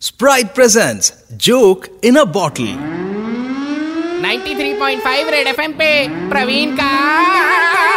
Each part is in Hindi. Sprite presents Joke in a Bottle. 93.5 red FM पे प्रवीण का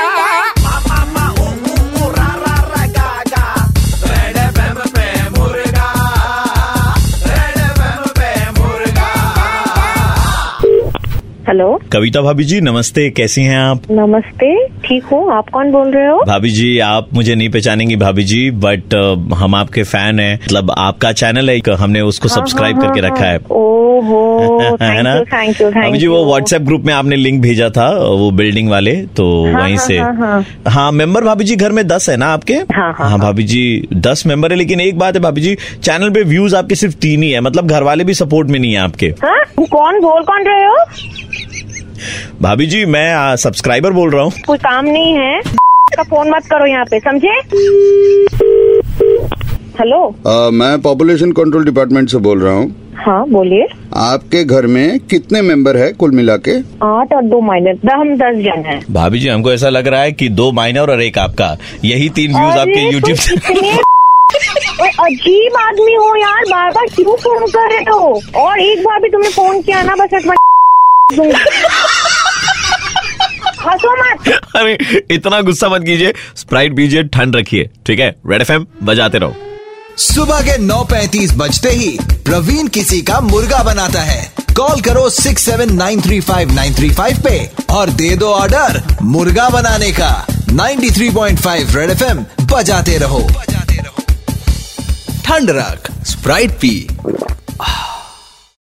हेलो कविता भाभी जी नमस्ते कैसी हैं आप नमस्ते ठीक हूँ आप कौन बोल रहे हो भाभी जी आप मुझे नहीं पहचानेंगी भाभी जी बट अ, हम आपके फैन हैं मतलब आपका चैनल है एक, हमने उसको हाँ, सब्सक्राइब करके रखा है ओहो है थैंक ना यू थैंक यू भाभी थैंक जी यू वो व्हाट्सएप ग्रुप में आपने लिंक भेजा था वो बिल्डिंग वाले तो हाँ, वहीं हाँ, से हाँ, हाँ। हाँ मेंबर भाभी जी घर में दस है ना आपके हाँ, हाँ, भाभी जी दस मेंबर है लेकिन एक बात है भाभी जी चैनल पे व्यूज आपके सिर्फ तीन ही है मतलब घर वाले भी सपोर्ट में नहीं है आपके हाँ? कौन बोल कौन रहे हो भाभी जी मैं सब्सक्राइबर बोल रहा हूँ कोई काम नहीं है का फोन मत करो यहाँ पे समझे हेलो अ, मैं पॉपुलेशन कंट्रोल डिपार्टमेंट से बोल रहा हूँ हाँ बोलिए आपके घर में कितने मेंबर है कुल मिला के आठ और दो माइनस दस हम दस जन हैं भाभी जी हमको ऐसा लग रहा है कि दो माइनर और एक आपका यही तीन व्यूज आपके अरे, तो यूट्यूब तुम कितने ओए, अजीब आदमी हो यार बार बार क्यों फोन कर रहे हो और एक बार भी तुमने फोन किया ना बस एक बार दूंगी। हंसो मत अरे इतना गुस्सा मत कीजिए स्प्राइट पीजिए ठंड रखिए ठीक है रेड एफ बजाते रहो सुबह के 9:35 बजते ही प्रवीण किसी का मुर्गा बनाता है कॉल करो 6793593 पे और दे दो ऑर्डर मुर्गा बनाने का 93.5 रेड एफएम बजाते रहो ठंड रख स्प्राइट पी